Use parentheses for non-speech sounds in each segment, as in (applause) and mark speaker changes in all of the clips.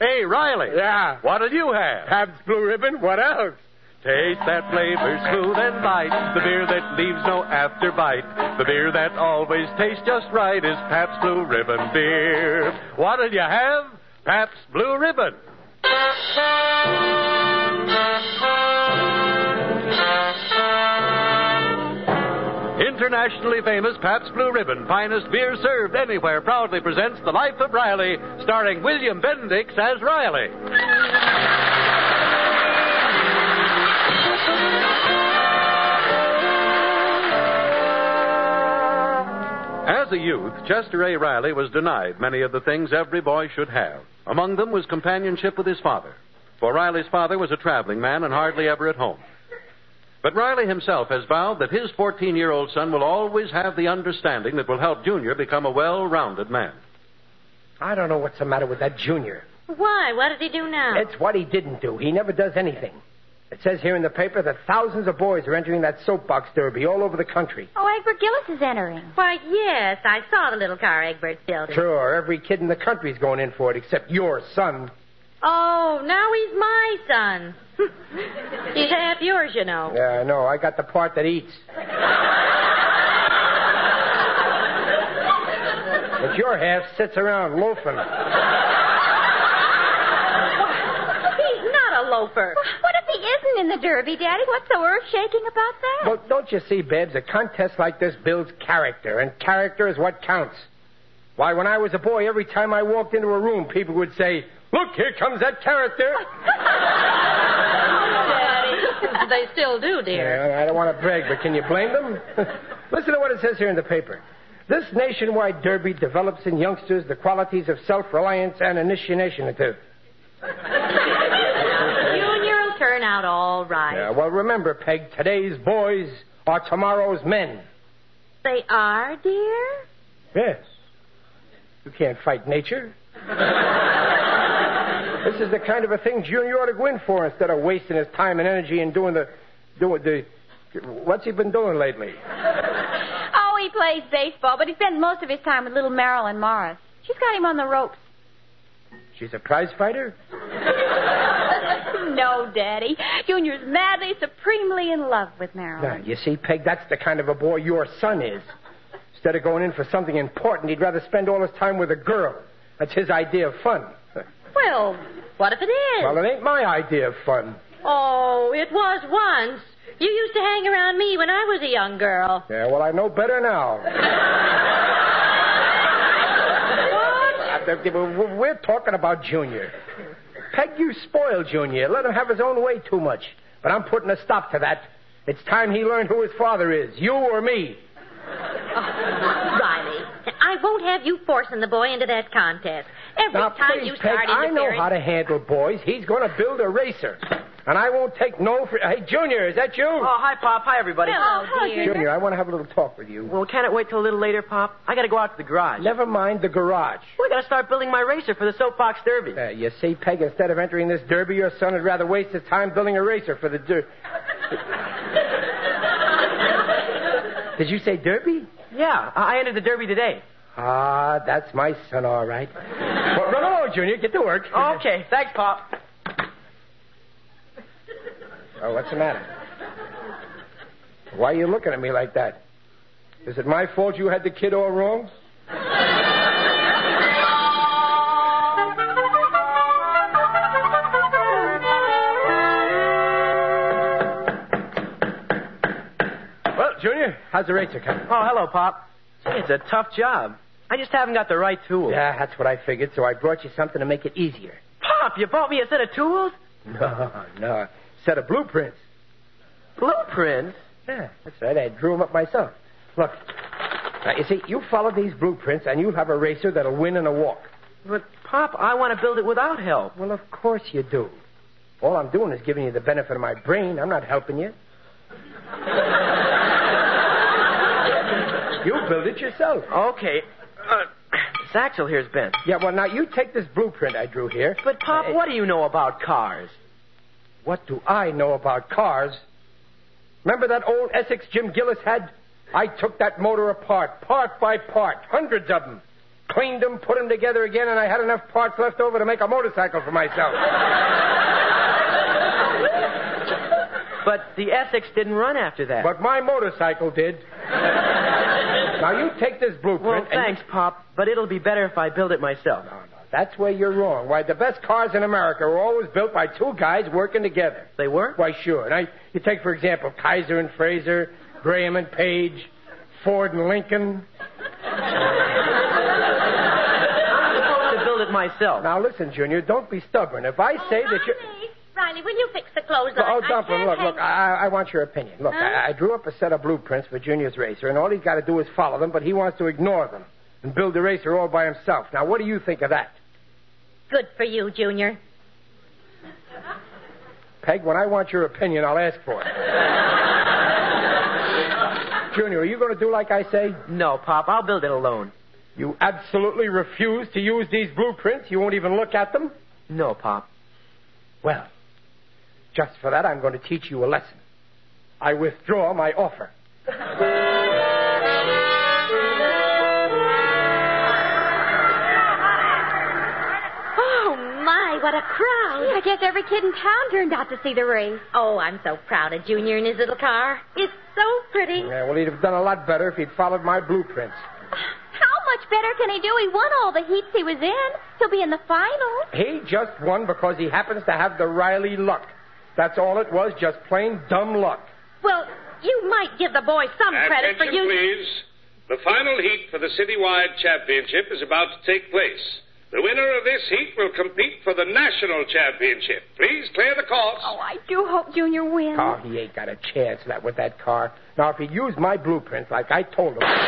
Speaker 1: Hey, Riley.
Speaker 2: Yeah.
Speaker 1: What'll you have?
Speaker 2: Pabst Blue Ribbon, what else?
Speaker 1: Taste that flavor smooth and light, the beer that leaves no afterbite. The beer that always tastes just right is Pabst Blue Ribbon beer. What'll you have? Pabst Blue Ribbon. Internationally famous Pabst Blue Ribbon, finest beer served anywhere, proudly presents The Life of Riley, starring William Bendix as Riley. As a youth, Chester A. Riley was denied many of the things every boy should have. Among them was companionship with his father, for Riley's father was a traveling man and hardly ever at home. But Riley himself has vowed that his 14 year old son will always have the understanding that will help Junior become a well rounded man.
Speaker 3: I don't know what's the matter with that junior.
Speaker 4: Why? What did he do now?
Speaker 3: It's what he didn't do. He never does anything. It says here in the paper that thousands of boys are entering that soapbox derby all over the country.
Speaker 5: Oh, Egbert Gillis is entering.
Speaker 4: Why, yes, I saw the little car Egbert's building.
Speaker 3: Sure, every kid in the country's going in for it except your son.
Speaker 4: Oh, now he's my
Speaker 3: (laughs)
Speaker 4: son. he's half yours, you know.
Speaker 3: Yeah, I know. I got the part that eats. but your half sits around loafing.
Speaker 4: He's not a loafer.
Speaker 5: What if he isn't in the Derby, Daddy? What's so earth shaking about that?
Speaker 3: Well, don't you see, Bibbs, a contest like this builds character, and character is what counts. Why, when I was a boy, every time I walked into a room, people would say, Look, here comes that character. (laughs)
Speaker 4: Daddy. they still do, dear.
Speaker 3: Yeah, I don't want to brag, but can you blame them? (laughs) Listen to what it says here in the paper. This nationwide derby develops in youngsters the qualities of self reliance and initiative.
Speaker 4: Junior will turn out all right.
Speaker 3: Yeah, well, remember, Peg, today's boys are tomorrow's men.
Speaker 4: They are, dear?
Speaker 3: Yes. You can't fight (laughs) nature. this is the kind of a thing Junior ought to go in for instead of wasting his time and energy and doing the. doing the. What's he been doing lately?
Speaker 5: Oh, he plays baseball, but he spends most of his time with little Marilyn Morris. She's got him on the ropes. (laughs)
Speaker 3: She's a prize fighter?
Speaker 5: no, Daddy. Junior's madly, supremely in love with Marilyn.
Speaker 3: Now, Ah, you see, Peg, that's the kind of a boy your son is. Instead of going in for something important, he'd rather spend all his time with a girl. That's his idea of fun.
Speaker 4: Well, what if it is?
Speaker 3: Well, it ain't my idea of fun.
Speaker 4: Oh, it was once. You used to hang around me when I was a young girl.
Speaker 3: Yeah, well, I know better now.
Speaker 4: What?
Speaker 3: Uh, th- th- We're we're talking about Junior. Peg, you spoil Junior. Let him have his own way too much. But I'm putting a stop to that. It's time he learned who his father is, you or me.
Speaker 4: Riley, I won't have you forcing the boy into that contest. Every
Speaker 3: Now,
Speaker 4: time
Speaker 3: please,
Speaker 4: you
Speaker 3: Peg,
Speaker 4: start
Speaker 3: I know
Speaker 4: interfering-
Speaker 3: how to handle boys. He's going to build a racer. And I won't take no for... Hey, Junior, is that you?
Speaker 6: Oh, hi, Pop. Hi, everybody.
Speaker 4: Hello,
Speaker 5: Oh,
Speaker 4: dear.
Speaker 5: Junior.
Speaker 3: Junior, I want to have a little talk with you.
Speaker 6: Well, can it wait till a little later, Pop? I gotta go out to the garage.
Speaker 3: Never mind the garage.
Speaker 6: We gotta start building my racer for the soapbox derby.
Speaker 3: Uh, you see, Peg, instead of entering this derby, your son would rather waste his time building a racer for the der... Did you say derby?
Speaker 6: Yeah, I I entered the derby today.
Speaker 3: Ah, that's my son, all right. well, run along, Junior. Get to work.
Speaker 6: Oh, Okay, thanks, Pop.
Speaker 3: Oh, what's the matter? Why are you looking at me like that? Is it my fault you had the kid all wrong? Well, Junior, how's the racer coming?
Speaker 6: Oh, hello, Pop. Gee, it's a tough job. I just haven't got the right tools.
Speaker 3: Yeah, that's what I figured, so I brought you something to make it easier.
Speaker 6: Pop, you bought me a set of tools?
Speaker 3: (laughs) No, no. Set of blueprints.
Speaker 6: Blueprints?
Speaker 3: Yeah, that's right. I drew them up myself. Look. Now, you see, you follow these blueprints, and you'll have a racer that'll win in a walk.
Speaker 6: But, Pop, I want to build it without help.
Speaker 3: Well, of course you do. All I'm doing is giving you the benefit of my brain. I'm not helping (laughs) you. you build it yourself.
Speaker 6: Okay. Uh, this axle here's bent.
Speaker 3: Yeah, well, now you take this blueprint I drew here.
Speaker 6: But, Pop, what do you know about cars?
Speaker 3: What do I know about cars? Remember that old Essex Jim Gillis had? I took that motor apart, part by part, hundreds of them. cleaned them, put them together again, and I had enough parts left over to make a motorcycle for myself.
Speaker 6: (laughs) But the Essex didn't run after that.
Speaker 3: But my motorcycle did. now you take this blueprint.
Speaker 6: well,
Speaker 3: and-
Speaker 6: thanks, Pop, but it'll be better if I build it myself.
Speaker 3: No, no, that's where you're wrong. Why, the best cars in America were always built by two guys working together.
Speaker 6: They were?
Speaker 3: Why, sure. Now, you take, for example, Kaiser and Fraser, Graham and Page, Ford and Lincoln.
Speaker 6: I'm supposed to build it myself.
Speaker 3: Now, listen, Junior, don't be stubborn. If I say that you...
Speaker 4: Riley, Riley, will you fix the clothes on?
Speaker 3: Oh,
Speaker 4: Oh, I
Speaker 3: Dumplin,
Speaker 4: can't
Speaker 3: look,
Speaker 4: hang-
Speaker 3: look, I, I want your opinion. Look, I, I drew up a set of blueprints for Junior's racer, and all he's got to do is follow them, but he wants to ignore them and build the racer all by himself. Now, what do you think of that?
Speaker 4: Good for you, Junior.
Speaker 3: Peg, when I want your opinion, I'll ask for it. Junior, are you going to do like I say?
Speaker 6: No, Pop, I'll build it alone.
Speaker 3: You absolutely refuse to use these blueprints? You won't even look at them?
Speaker 6: No, Pop.
Speaker 3: Well, just for that, I'm going to teach you a lesson. I withdraw my offer.
Speaker 4: Oh, my, what a crowd.
Speaker 7: I guess every kid in town turned out to see the race.
Speaker 4: Oh, I'm so proud of Junior in his little car. It's so pretty.
Speaker 3: Yeah, well, he'd have done a lot better if he'd followed my blueprints.
Speaker 7: How much better can he do? He won all the heats he was in. He'll be in the finals.
Speaker 3: He just won because he happens to have the Riley luck. That's all it was, just plain dumb luck.
Speaker 4: Well, you might give the boy some credit for
Speaker 1: Attention,
Speaker 4: you.
Speaker 1: please. The final heat for the citywide championship is about to take place. The winner of this heat will compete for the national championship. Please clear the course.
Speaker 7: Oh, I do hope Junior wins.
Speaker 3: Oh, he ain't got a chance that with that car. Now, if he'd used my blueprint like I told him, I
Speaker 7: No!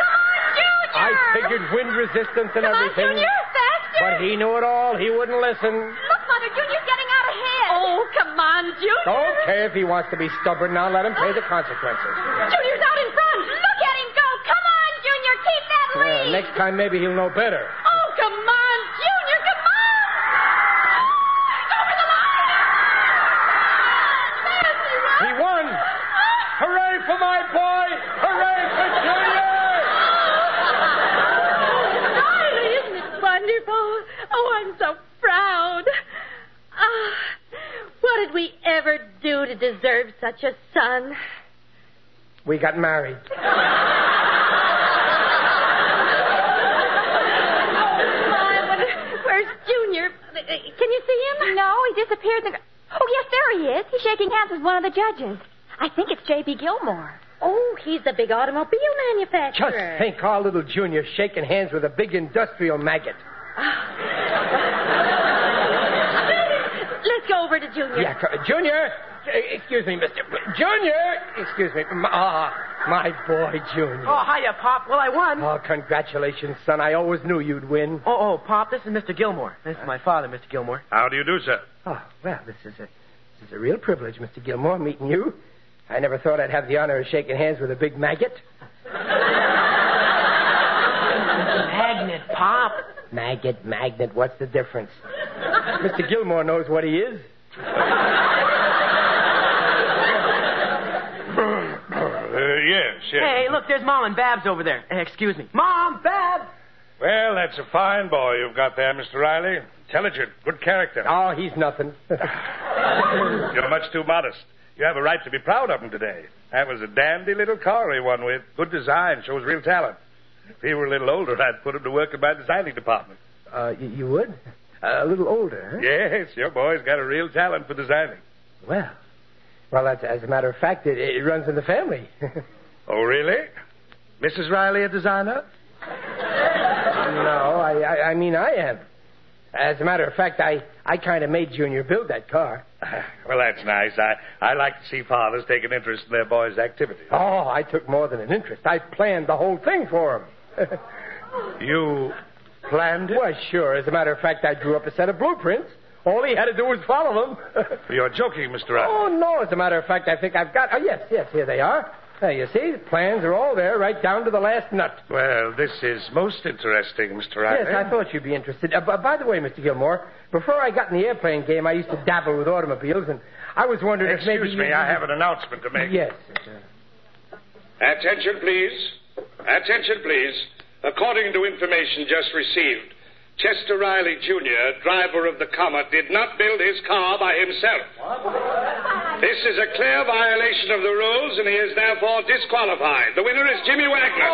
Speaker 7: Come on, Junior!
Speaker 3: figured wind resistance and
Speaker 7: Come on,
Speaker 3: everything.
Speaker 7: Junior, faster!
Speaker 3: But he knew it all. He wouldn't listen.
Speaker 7: Look, Mother, Junior's getting out ahead.
Speaker 4: Oh, come on, Junior.
Speaker 3: Don't care if he wants to be stubborn now. Let him pay the consequences.
Speaker 7: Junior's out in front. Look at him go. Come on, Junior, keep that lead.
Speaker 3: Yeah, Uh, next time, maybe he'll know better.
Speaker 7: Oh, come on, Junior, come on! He's over the line! Fancy, right?
Speaker 3: He won!
Speaker 7: Oh,
Speaker 3: Hooray for my boy! Hooray for Junior!
Speaker 4: Riley, isn't it wonderful? Oh, I'm so proud. Ah, what did we ever do to deserve such a son?
Speaker 3: We got married.
Speaker 4: My, what- where's Junior? Uh, Can you see him?
Speaker 7: No, he disappeared. In the... Oh, yes, there he is. He's shaking hands with one of the judges. I think it's J.B. Gilmore.
Speaker 4: Oh, he's a big automobile manufacturer.
Speaker 3: Just think our little Junior shaking hands with a big industrial maggot.
Speaker 4: Let's go over to Junior.
Speaker 3: Yeah, co- Junior! Uh, Excuse me, Mr. Junior! Excuse me. M- Ah, my boy, Junior.
Speaker 6: Oh, hiya, Pop. Well, I won.
Speaker 3: Oh, congratulations, son. I always knew you'd win.
Speaker 6: Oh, oh, Pop, this is Mr. Gilmore. This is my father, Mr. Gilmore.
Speaker 1: How do you do, sir?
Speaker 3: Oh, well, this is a this is a real privilege, Mr. Gilmore, meeting you. I never thought I'd have the honor of shaking hands with a big maggot.
Speaker 6: Magnet, Pop.
Speaker 3: Maggot, magnet, what's the (laughs) difference? Mr. Gilmore knows what he is.
Speaker 1: Uh, yes, yes.
Speaker 6: Hey, look, there's Mom and Babs over there. Eh, excuse me. Mom, Babs!
Speaker 1: Well, that's a fine boy you've got there, Mr. Riley. Intelligent, good character.
Speaker 3: Oh, he's nothing.
Speaker 1: (laughs) You're much too modest. You have a right to be proud of him today. That was a dandy little car he won with. Good design, shows real talent. If he were a little older, I'd put him to work in my designing department.
Speaker 3: (laughs) uh, you, you would? a little older, huh?
Speaker 1: Yes, your boy's got a real talent for designing.
Speaker 3: Well. Well, that's, as a matter of fact, it, it runs in the family. (laughs)
Speaker 1: Oh, really? Mrs. Riley, a designer?
Speaker 3: no, I, I, I mean, I am. As a matter of fact, I, I kind of made Junior build that car.
Speaker 1: (laughs) Well, that's nice. I, I like to see fathers take an interest in their boys' activities.
Speaker 3: Oh, I took more than an interest. I planned the whole thing for him. (laughs)
Speaker 1: You planned it?
Speaker 3: well, sure. As a matter of fact, I drew up a set of blueprints. All he had to do was follow them. (laughs)
Speaker 1: You're joking, Mr. Riley.
Speaker 3: oh, no. As a matter of fact, I think I've got. Oh, yes, yes, here they are. There, you see, the plans are all there, right down to the last nut.
Speaker 1: Well, this is most interesting, Mr. Riley.
Speaker 3: Yes, I thought you'd be interested. Uh, b- by the way, Mr. Gilmore, before I got in the airplane game, I used to dabble with automobiles, and I was wondering if maybe.
Speaker 1: Excuse
Speaker 3: you-
Speaker 1: me, I have an announcement to make.
Speaker 3: Yes.
Speaker 1: Attention, please. Attention, please.
Speaker 8: According to information just received, Chester Riley Jr., driver of the Comet, did not build his car by himself. This is a clear violation of the rules, and he is therefore disqualified. The winner is Jimmy Wagner.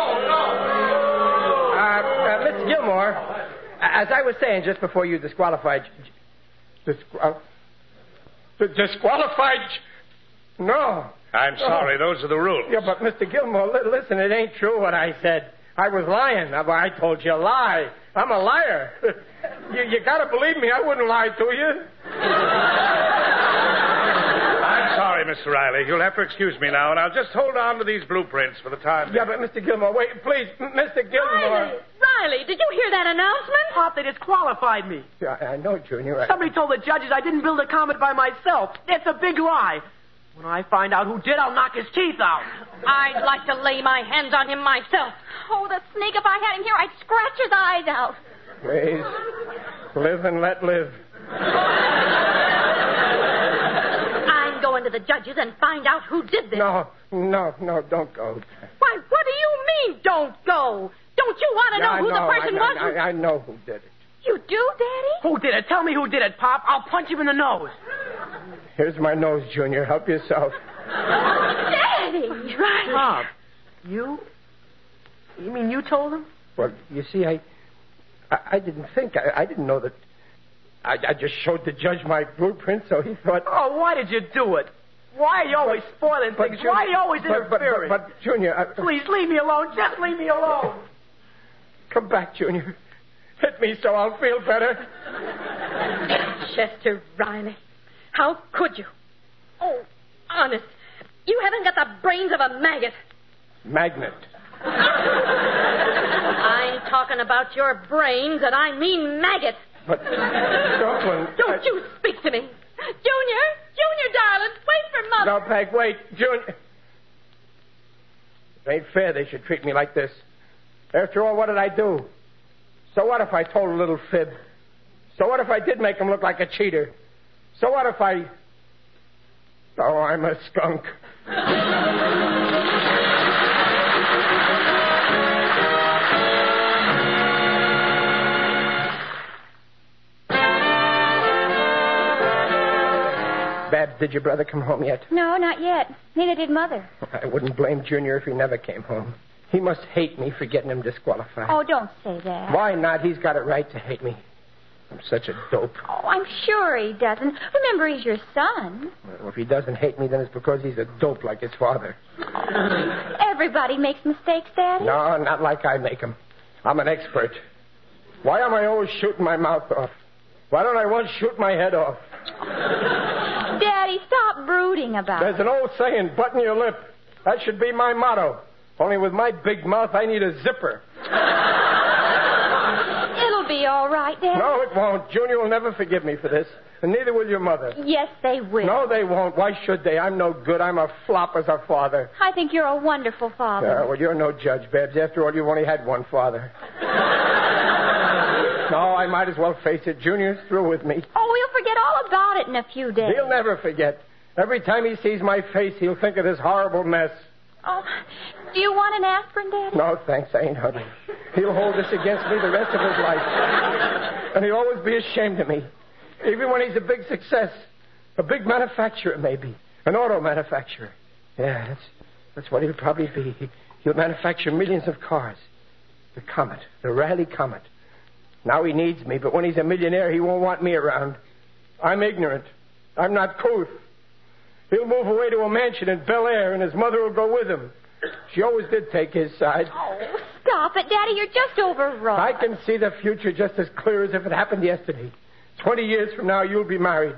Speaker 3: Uh, uh, Mr. Gilmore, a- as I was saying just before you disqualified. Disqual- disqualified? No.
Speaker 1: I'm sorry, those are the rules.
Speaker 3: Yeah, but Mr. Gilmore, li- listen, it ain't true what I said. I was lying. I, I told you a lie. I'm a liar. (laughs) you, you gotta believe me. I wouldn't lie to you.
Speaker 1: I'm sorry, Mr. Riley. You'll have to excuse me now, and I'll just hold on to these blueprints for the time
Speaker 3: Yeah,
Speaker 1: being.
Speaker 3: but Mr. Gilmore, wait, please, M- Mr.
Speaker 4: Riley,
Speaker 3: Gilmore.
Speaker 4: Riley, did you hear that announcement?
Speaker 6: Pop, they disqualified me.
Speaker 3: Yeah, I, I know, Junior. I-
Speaker 6: Somebody told the judges I didn't build a comet by myself. That's a big lie. When I find out who did, I'll knock his teeth out.
Speaker 4: I'd like to lay my hands on him myself.
Speaker 7: Oh, the sneak, if I had him here, I'd scratch his eyes out.
Speaker 3: Please, live and let live.
Speaker 4: I'm going to the judges and find out who did this.
Speaker 3: No, no, no, don't go.
Speaker 4: Why, what do you mean, don't go? Don't you want to
Speaker 3: Yeah,
Speaker 4: know
Speaker 3: I
Speaker 4: who the
Speaker 3: know,
Speaker 4: person
Speaker 3: I,
Speaker 4: was? who-
Speaker 3: I, I, I know who did it.
Speaker 7: You do, Daddy?
Speaker 6: Who did it? Tell me who did it, Pop. I'll punch him in the nose.
Speaker 3: Here's my nose, Junior. Help yourself.
Speaker 7: Daddy!
Speaker 6: Pop, you? You mean you told him?
Speaker 3: Well, you see, I, I, I didn't think. I, I didn't know that. I, I just showed the judge my blueprint, so he thought.
Speaker 6: Oh, why did you do it? Why are you always spoiling things?
Speaker 3: Junior-
Speaker 6: Why are you always
Speaker 3: but, but,
Speaker 6: interfering?
Speaker 3: but, but, Junior, I,
Speaker 6: Please leave me alone. Just leave me alone.
Speaker 3: come back, Junior. Hit me so I'll feel better.
Speaker 4: Chester Riley, how could you? Oh, honest, you haven't got the brains of a maggot.
Speaker 3: Magnet.
Speaker 4: I'm talking about your brains, and I mean maggot. (laughs)
Speaker 3: But, Jocelyn.
Speaker 4: Don't
Speaker 3: I-
Speaker 4: you speak to me. Junior, Junior, darling, wait for Mother.
Speaker 3: No, Peg, wait. Junior. It ain't fair they should treat me like this. After all, what did I do? So what if I told a little fib? So what if I did make him look like a cheater? So what if I. Oh, I'm a skunk. Babs, did your brother come home yet?
Speaker 7: No, not yet. Neither did Mother.
Speaker 3: I wouldn't blame Junior if he never came home. He must hate me for getting him disqualified.
Speaker 7: Oh, don't say that.
Speaker 3: Why not? He's got a right to hate me. I'm such a dope.
Speaker 7: Oh, I'm sure he doesn't. Remember, he's your son.
Speaker 3: Well, if he doesn't hate me, then it's because he's a dope like his father.
Speaker 7: Everybody makes mistakes, Daddy.
Speaker 3: No, not like I make him. I'm an expert. Why am I always shooting my mouth off? Why don't I once shoot my head off?
Speaker 7: Daddy, stop brooding about it.
Speaker 3: There's an old saying, button your lip. That should be my motto. Only with my big mouth, I need a zipper.
Speaker 7: It'll be all right, Daddy.
Speaker 3: No, it won't. Junior will never forgive me for this, and neither will your mother.
Speaker 7: Yes, they will.
Speaker 3: No, they won't. Why should they? I'm no good. I'm a flop as a father.
Speaker 7: I think you're a wonderful father.
Speaker 3: Uh, well, you're no judge, Babs. After all, you've only had one father. no, I might as well face it. Junior's through with me.
Speaker 7: Oh, he'll forget all about it in a few days.
Speaker 3: He'll never forget. Every time he sees my face, he'll think of this horrible mess.
Speaker 7: Oh, do you want an aspirin, Daddy?
Speaker 3: No, thanks. I ain't hungry. He'll hold this against me the rest of his life. And he'll always be ashamed of me. Even when he's a big success. A big manufacturer, maybe. An auto manufacturer. Yeah, that's, that's what he'll probably be. He, he'll manufacture millions of cars. The Comet. The Riley Comet. Now he needs me, but when he's a millionaire, he won't want me around. I'm ignorant. I'm not couth. He'll move away to a mansion in Bel Air, and his mother will go with him. She always did take his side.
Speaker 7: Oh, stop it, Daddy. You're just overwrought.
Speaker 3: I can see the future just as clear as if it happened yesterday. Twenty years from now, you'll be married,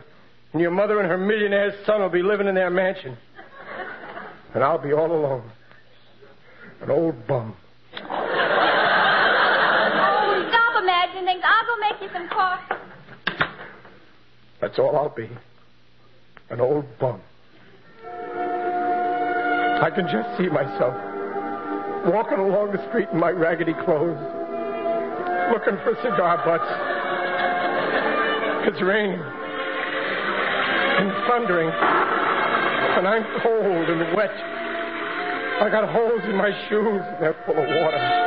Speaker 3: and your mother and her millionaire son will be living in their mansion. And I'll be all alone. An old bum.
Speaker 7: Oh, stop imagining things. I'll go make you some coffee.
Speaker 3: That's all I'll be. An old bum. I can just see myself walking along the street in my raggedy clothes, looking for cigar butts. It's raining and thundering, and I'm cold and wet. I got holes in my shoes, and they're full of water.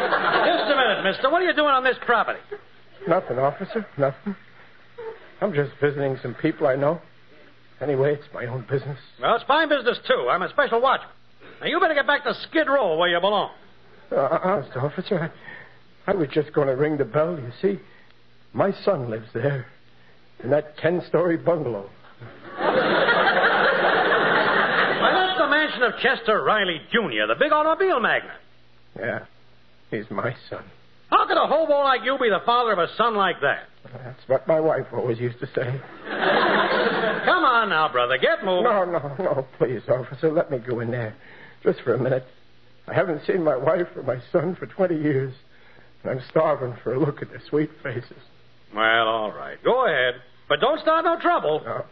Speaker 9: Watson, what are you doing on this property?
Speaker 3: Nothing, officer. Nothing. I'm just visiting some people I know. Anyway, it's my own business.
Speaker 9: Well, it's my business, too. I'm a special watchman. Now, you better get back to Skid Row where you belong.
Speaker 3: Uh, uh, Mr. Officer, I, I was just going to ring the bell, you see. My son lives there, in that 10 story bungalow.
Speaker 9: Well, that's the mansion of Chester Riley, Jr., the big automobile magnate.
Speaker 3: Yeah, he's my son.
Speaker 9: How could a hobo like you be the father of a son like that?
Speaker 1: (laughs)
Speaker 3: That's what my wife always used to say.
Speaker 9: Come on now, brother. Get moving.
Speaker 3: No, no, no, please, officer, let me go in there. Just for a minute. I haven't seen my wife or my son for 20 years, and I'm starving for a look at their sweet faces.
Speaker 9: Well, all right. Go ahead. But don't start no trouble.
Speaker 3: Oh,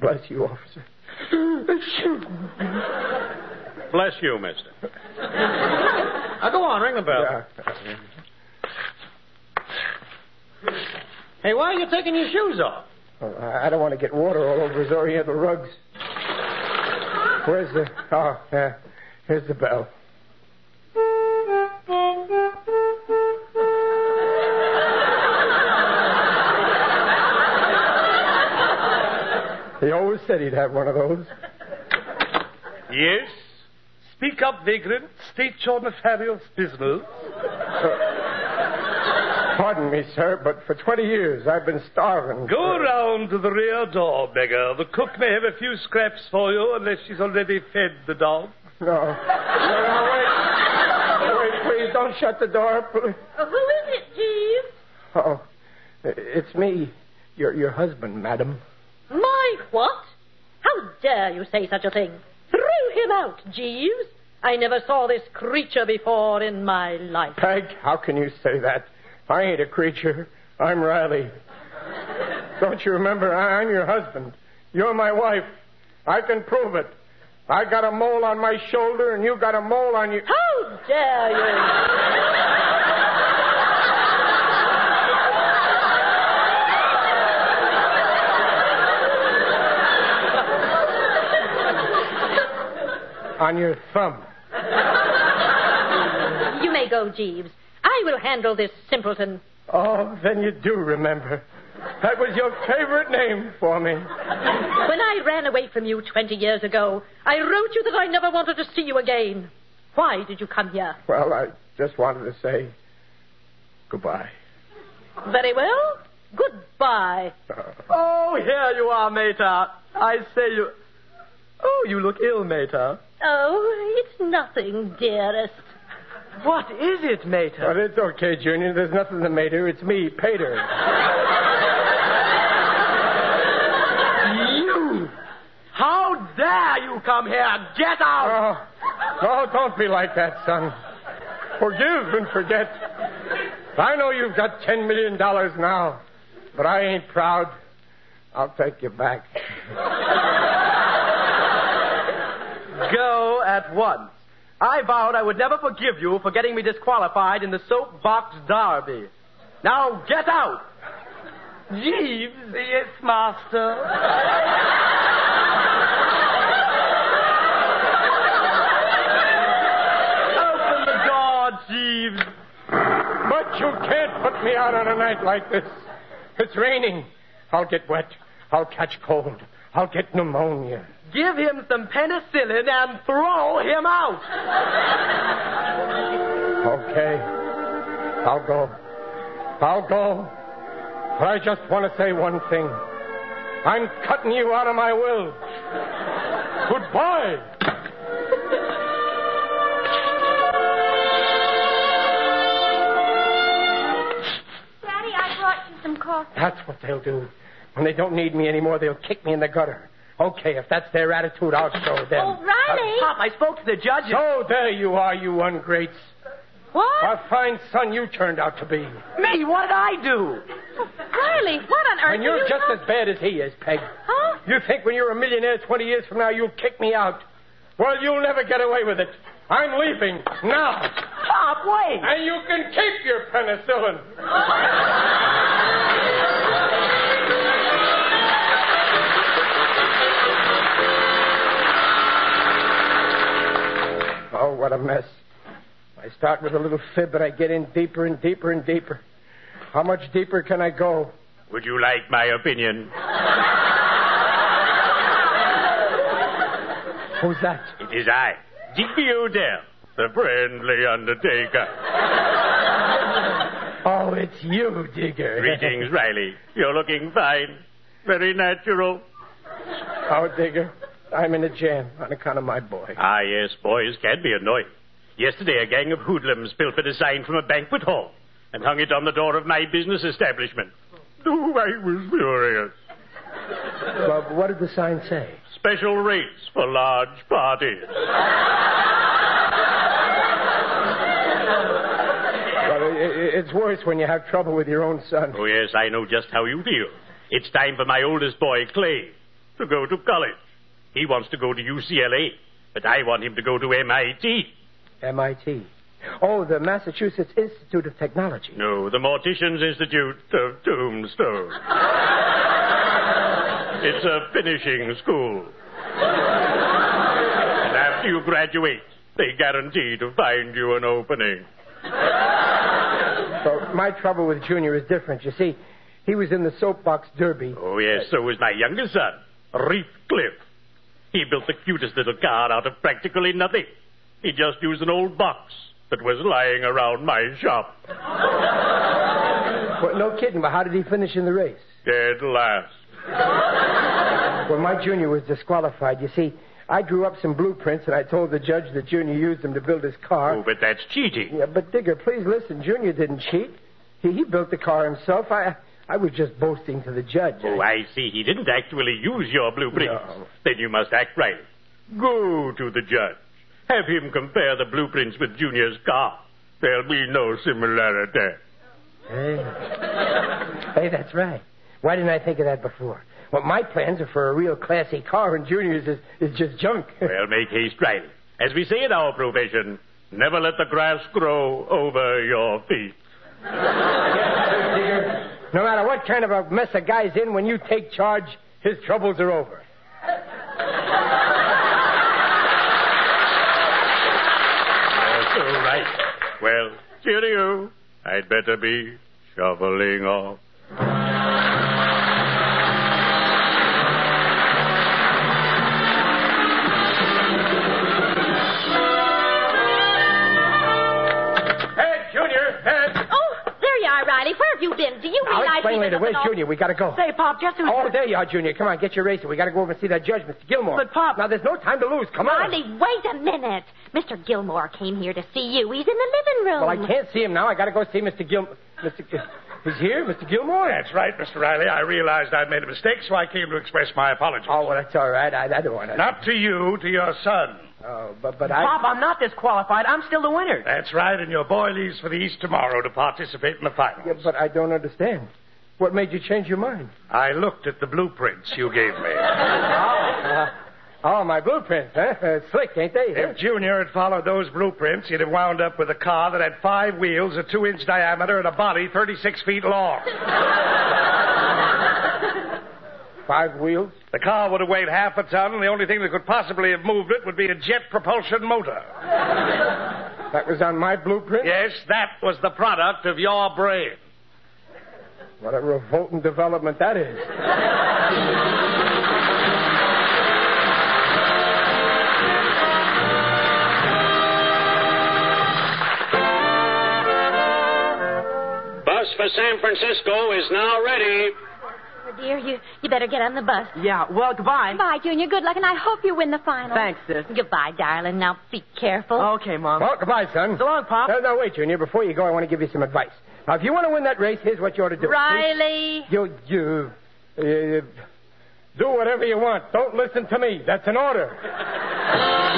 Speaker 3: bless you, officer.
Speaker 9: Bless you, mister. now, go on. Ring the bell.
Speaker 3: Yeah.
Speaker 9: Hey, why are you taking your shoes off?
Speaker 3: Well, I I don't want to get water all over his oriental rugs. Where's the. Oh, yeah. Here's the bell. He always said he'd have one of those.
Speaker 1: Yes? Speak up, vagrant. State your nefarious business.
Speaker 3: Pardon me, sir, but for 20 years I've been starving.
Speaker 1: Go round to the rear door, beggar. The cook may have a few scraps for you unless she's already fed the dog.
Speaker 3: No. No, no, wait. Wait, please, don't shut the door. pl-
Speaker 4: Uh, who is it, Jeeves?
Speaker 3: Oh, it's me, your, your husband, madam.
Speaker 4: My what? How dare you say such a thing? Throw him out, Jeeves. I never saw this creature before in my life.
Speaker 3: Peg, how can you say that? I ain't a creature. I'm Riley. Don't you remember? I- I'm your husband. You're my wife. I can prove it. I got a mole on my shoulder, and you got a mole on your.
Speaker 4: How dare you?
Speaker 3: on your thumb.
Speaker 4: You may go, Jeeves. I will handle this simpleton.
Speaker 3: Oh, then you do remember. That was your favorite name for me.
Speaker 4: When I ran away from you 20 years ago, I wrote you that I never wanted to see you again. Why did you come here?
Speaker 3: Well, I just wanted to say goodbye.
Speaker 4: Very well. Goodbye.
Speaker 6: Oh, here you are, Mater. I say you. Oh, you look ill, Mater.
Speaker 4: Oh, it's nothing, dearest.
Speaker 6: What is it, Mater?
Speaker 3: But it's okay, Junior. There's nothing the matter. It's me, Pater.
Speaker 6: You! How dare you come here? Get out!
Speaker 3: Oh, oh, don't be like that, son. Forgive and forget. I know you've got ten million dollars now, but I ain't proud. I'll take you back.
Speaker 6: Go at once. I vowed I would never forgive you for getting me disqualified in the soapbox derby. Now get out! Jeeves. Yes, master. Open the door, Jeeves.
Speaker 3: But you can't put me out on a night like this. It's raining. I'll get wet. I'll catch cold. I'll get pneumonia.
Speaker 6: Give him some penicillin and throw him out.
Speaker 3: Okay. I'll go. I'll go. But I just want to say one thing. I'm cutting you out of my will. Goodbye.
Speaker 7: Daddy, I brought you some coffee.
Speaker 3: That's what they'll do. When they don't need me anymore, they'll kick me in the gutter. Okay, if that's their attitude, I'll show them.
Speaker 7: Oh, Riley!
Speaker 6: Pop, I spoke to the judge. and-
Speaker 3: So there you are, you ungrates.
Speaker 4: What?
Speaker 3: A fine son you turned out to be.
Speaker 6: Me, what did I do?
Speaker 4: Riley, what on earth
Speaker 3: And
Speaker 4: are
Speaker 3: you're
Speaker 4: you
Speaker 3: just
Speaker 4: talking-
Speaker 3: as bad as he is, Peg.
Speaker 4: Huh?
Speaker 3: You think when you're a millionaire 20 years from now, you'll kick me out. Well, you'll never get away with it. I'm leaving now.
Speaker 6: Pop, wait.
Speaker 3: And you can keep your penicillin. Oh, what a mess. I start with a little fib, but I get in deeper and deeper and deeper. How much deeper can I go?
Speaker 1: Would you like my opinion?
Speaker 3: Who's that?
Speaker 1: It is I, Digby Odell, the friendly
Speaker 6: (laughs)
Speaker 1: undertaker.
Speaker 3: Oh, it's you, Digger.
Speaker 1: Greetings, Riley. You're looking fine. Very natural.
Speaker 3: Oh, Digger, I'm in a jam on account of my boy.
Speaker 1: Ah, yes, boys can be annoying. Yesterday, a gang of hoodlums pilfered a sign from a banquet hall and hung it on the door of my business establishment. Oh, I was furious.
Speaker 3: Well, what did the sign say?
Speaker 1: Special rates for large parties.
Speaker 3: Well, i- i- it's worse when you have trouble with your own son.
Speaker 1: Oh, yes, I know just how you feel. It's time for my oldest boy, Clay, to go to college. He wants to go to UCLA, but I want him to go to MIT.
Speaker 3: MIT. Oh, the Massachusetts Institute of Technology.
Speaker 1: No, the Morticians Institute of Tombstone. it's a finishing school. and after you graduate, they guarantee to find you an opening.
Speaker 3: So my trouble with Junior is different. You see, he was in the soapbox derby.
Speaker 1: Oh, yes, so was my youngest son, Reef Cliff. He built the cutest little car out of practically nothing. He just used an old box that was lying around my shop.
Speaker 3: Well, no kidding, but how did he finish in the race?
Speaker 1: Dead last.
Speaker 3: When my Junior was disqualified, you see, I drew up some blueprints and I told the judge that Junior used them to build his car.
Speaker 1: Oh, but that's cheating.
Speaker 3: Yeah, but Digger, please listen. Junior didn't cheat. He, he built the car himself. I I was just boasting to the judge.
Speaker 1: Oh, I see. He didn't actually use your blueprints.
Speaker 3: No.
Speaker 1: Then you must act right. Go to the judge. Have him compare the blueprints with Junior's car. There'll be no similarity.
Speaker 3: Hey. hey, that's right. Why didn't I think of that before? Well, my plans are for a real classy car, and Junior's is, is just junk.
Speaker 1: Well, make haste, Riley. As we say in our profession, never let the grass grow over your feet.
Speaker 3: no matter what kind of a mess a guy's in, when you take charge, his troubles are over.
Speaker 1: That's all right. Well, cheerio. I'd better be shoveling off.
Speaker 6: Hey, Junior! Hey!
Speaker 4: Oh, there you are, Riley. Where have you been? Do you
Speaker 3: I'll
Speaker 4: realize
Speaker 3: explain
Speaker 4: we've
Speaker 3: later.
Speaker 4: been
Speaker 3: Where's
Speaker 4: up and all-
Speaker 3: Junior? We gotta go.
Speaker 4: Say, Pop, just who's
Speaker 3: Oh, there you are, Junior. Come on, get your racer. We gotta go over and see that judge, Mr. Gilmore.
Speaker 6: But, Pop-
Speaker 3: Now, there's no time to lose. Come on.
Speaker 4: Riley, wait a minute. Mr. Gilmore came here to see you. He's in the living room.
Speaker 3: Well, I can't see him now. I gotta go see Mr. Gil... Mr. Gil... He's here, Mr. Gilmore?
Speaker 1: That's right, Mr. Riley. I realized I'd made a mistake, so I came to express my apologies.
Speaker 3: Oh, well, that's all right. I, I don't want to...
Speaker 1: Not to you, to your son.
Speaker 3: Oh, but, but I...
Speaker 6: Pop, I'm not disqualified. I'm still the winner.
Speaker 1: That's right, and your boy leaves for the East tomorrow to participate in the finals.
Speaker 3: Yeah, but I don't understand. What made you change your mind?
Speaker 1: I looked at the blueprints you gave me.
Speaker 3: Uh, oh, my blueprints, huh? Uh, slick, ain't they? huh?
Speaker 1: If Junior had followed those blueprints, he'd have wound up with a car that had five wheels, a two inch diameter, and a body 36 feet long.
Speaker 3: Five wheels?
Speaker 1: The car would have weighed half a ton, and the only thing that could possibly have moved it would be a jet propulsion motor.
Speaker 3: That was on my blueprint?
Speaker 1: Yes, that was the product of your brain.
Speaker 3: What a revolting development that is.
Speaker 8: Bus for San Francisco is now ready.
Speaker 4: Oh, dear, you, you better get on the bus.
Speaker 6: Yeah, well, goodbye.
Speaker 7: Bye, Junior. Good luck, and I hope you win the final.
Speaker 6: Thanks, sis.
Speaker 4: Goodbye, darling. Now be careful.
Speaker 3: Oh,
Speaker 6: Okay, Mom.
Speaker 3: Well, goodbye, son.
Speaker 6: So long, Pop.
Speaker 3: No, no, wait, Junior. Before you go, I want to give you some advice. Now, if you want to win that race, here's what you ought to do.
Speaker 4: Riley.
Speaker 3: You, you, uh, do whatever you want. Don't listen to me. That's an order.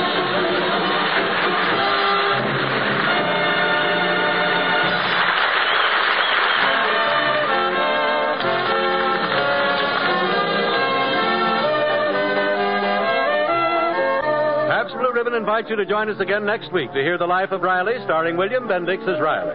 Speaker 10: Absolute Ribbon invites you to join us again next week to hear The Life of Riley, starring William Bendix as Riley.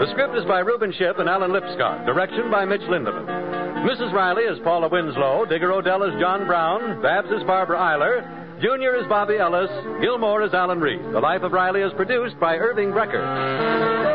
Speaker 10: The script is by Reuben Ship and Alan Lipscott, direction by Mitch Lindemann. Mrs. Riley is Paula Winslow, Digger Odell is John Brown, Babs is Barbara Eiler, Junior is Bobby Ellis. Gilmore is Alan Reed. The Life of Riley is produced by Irving Brecker.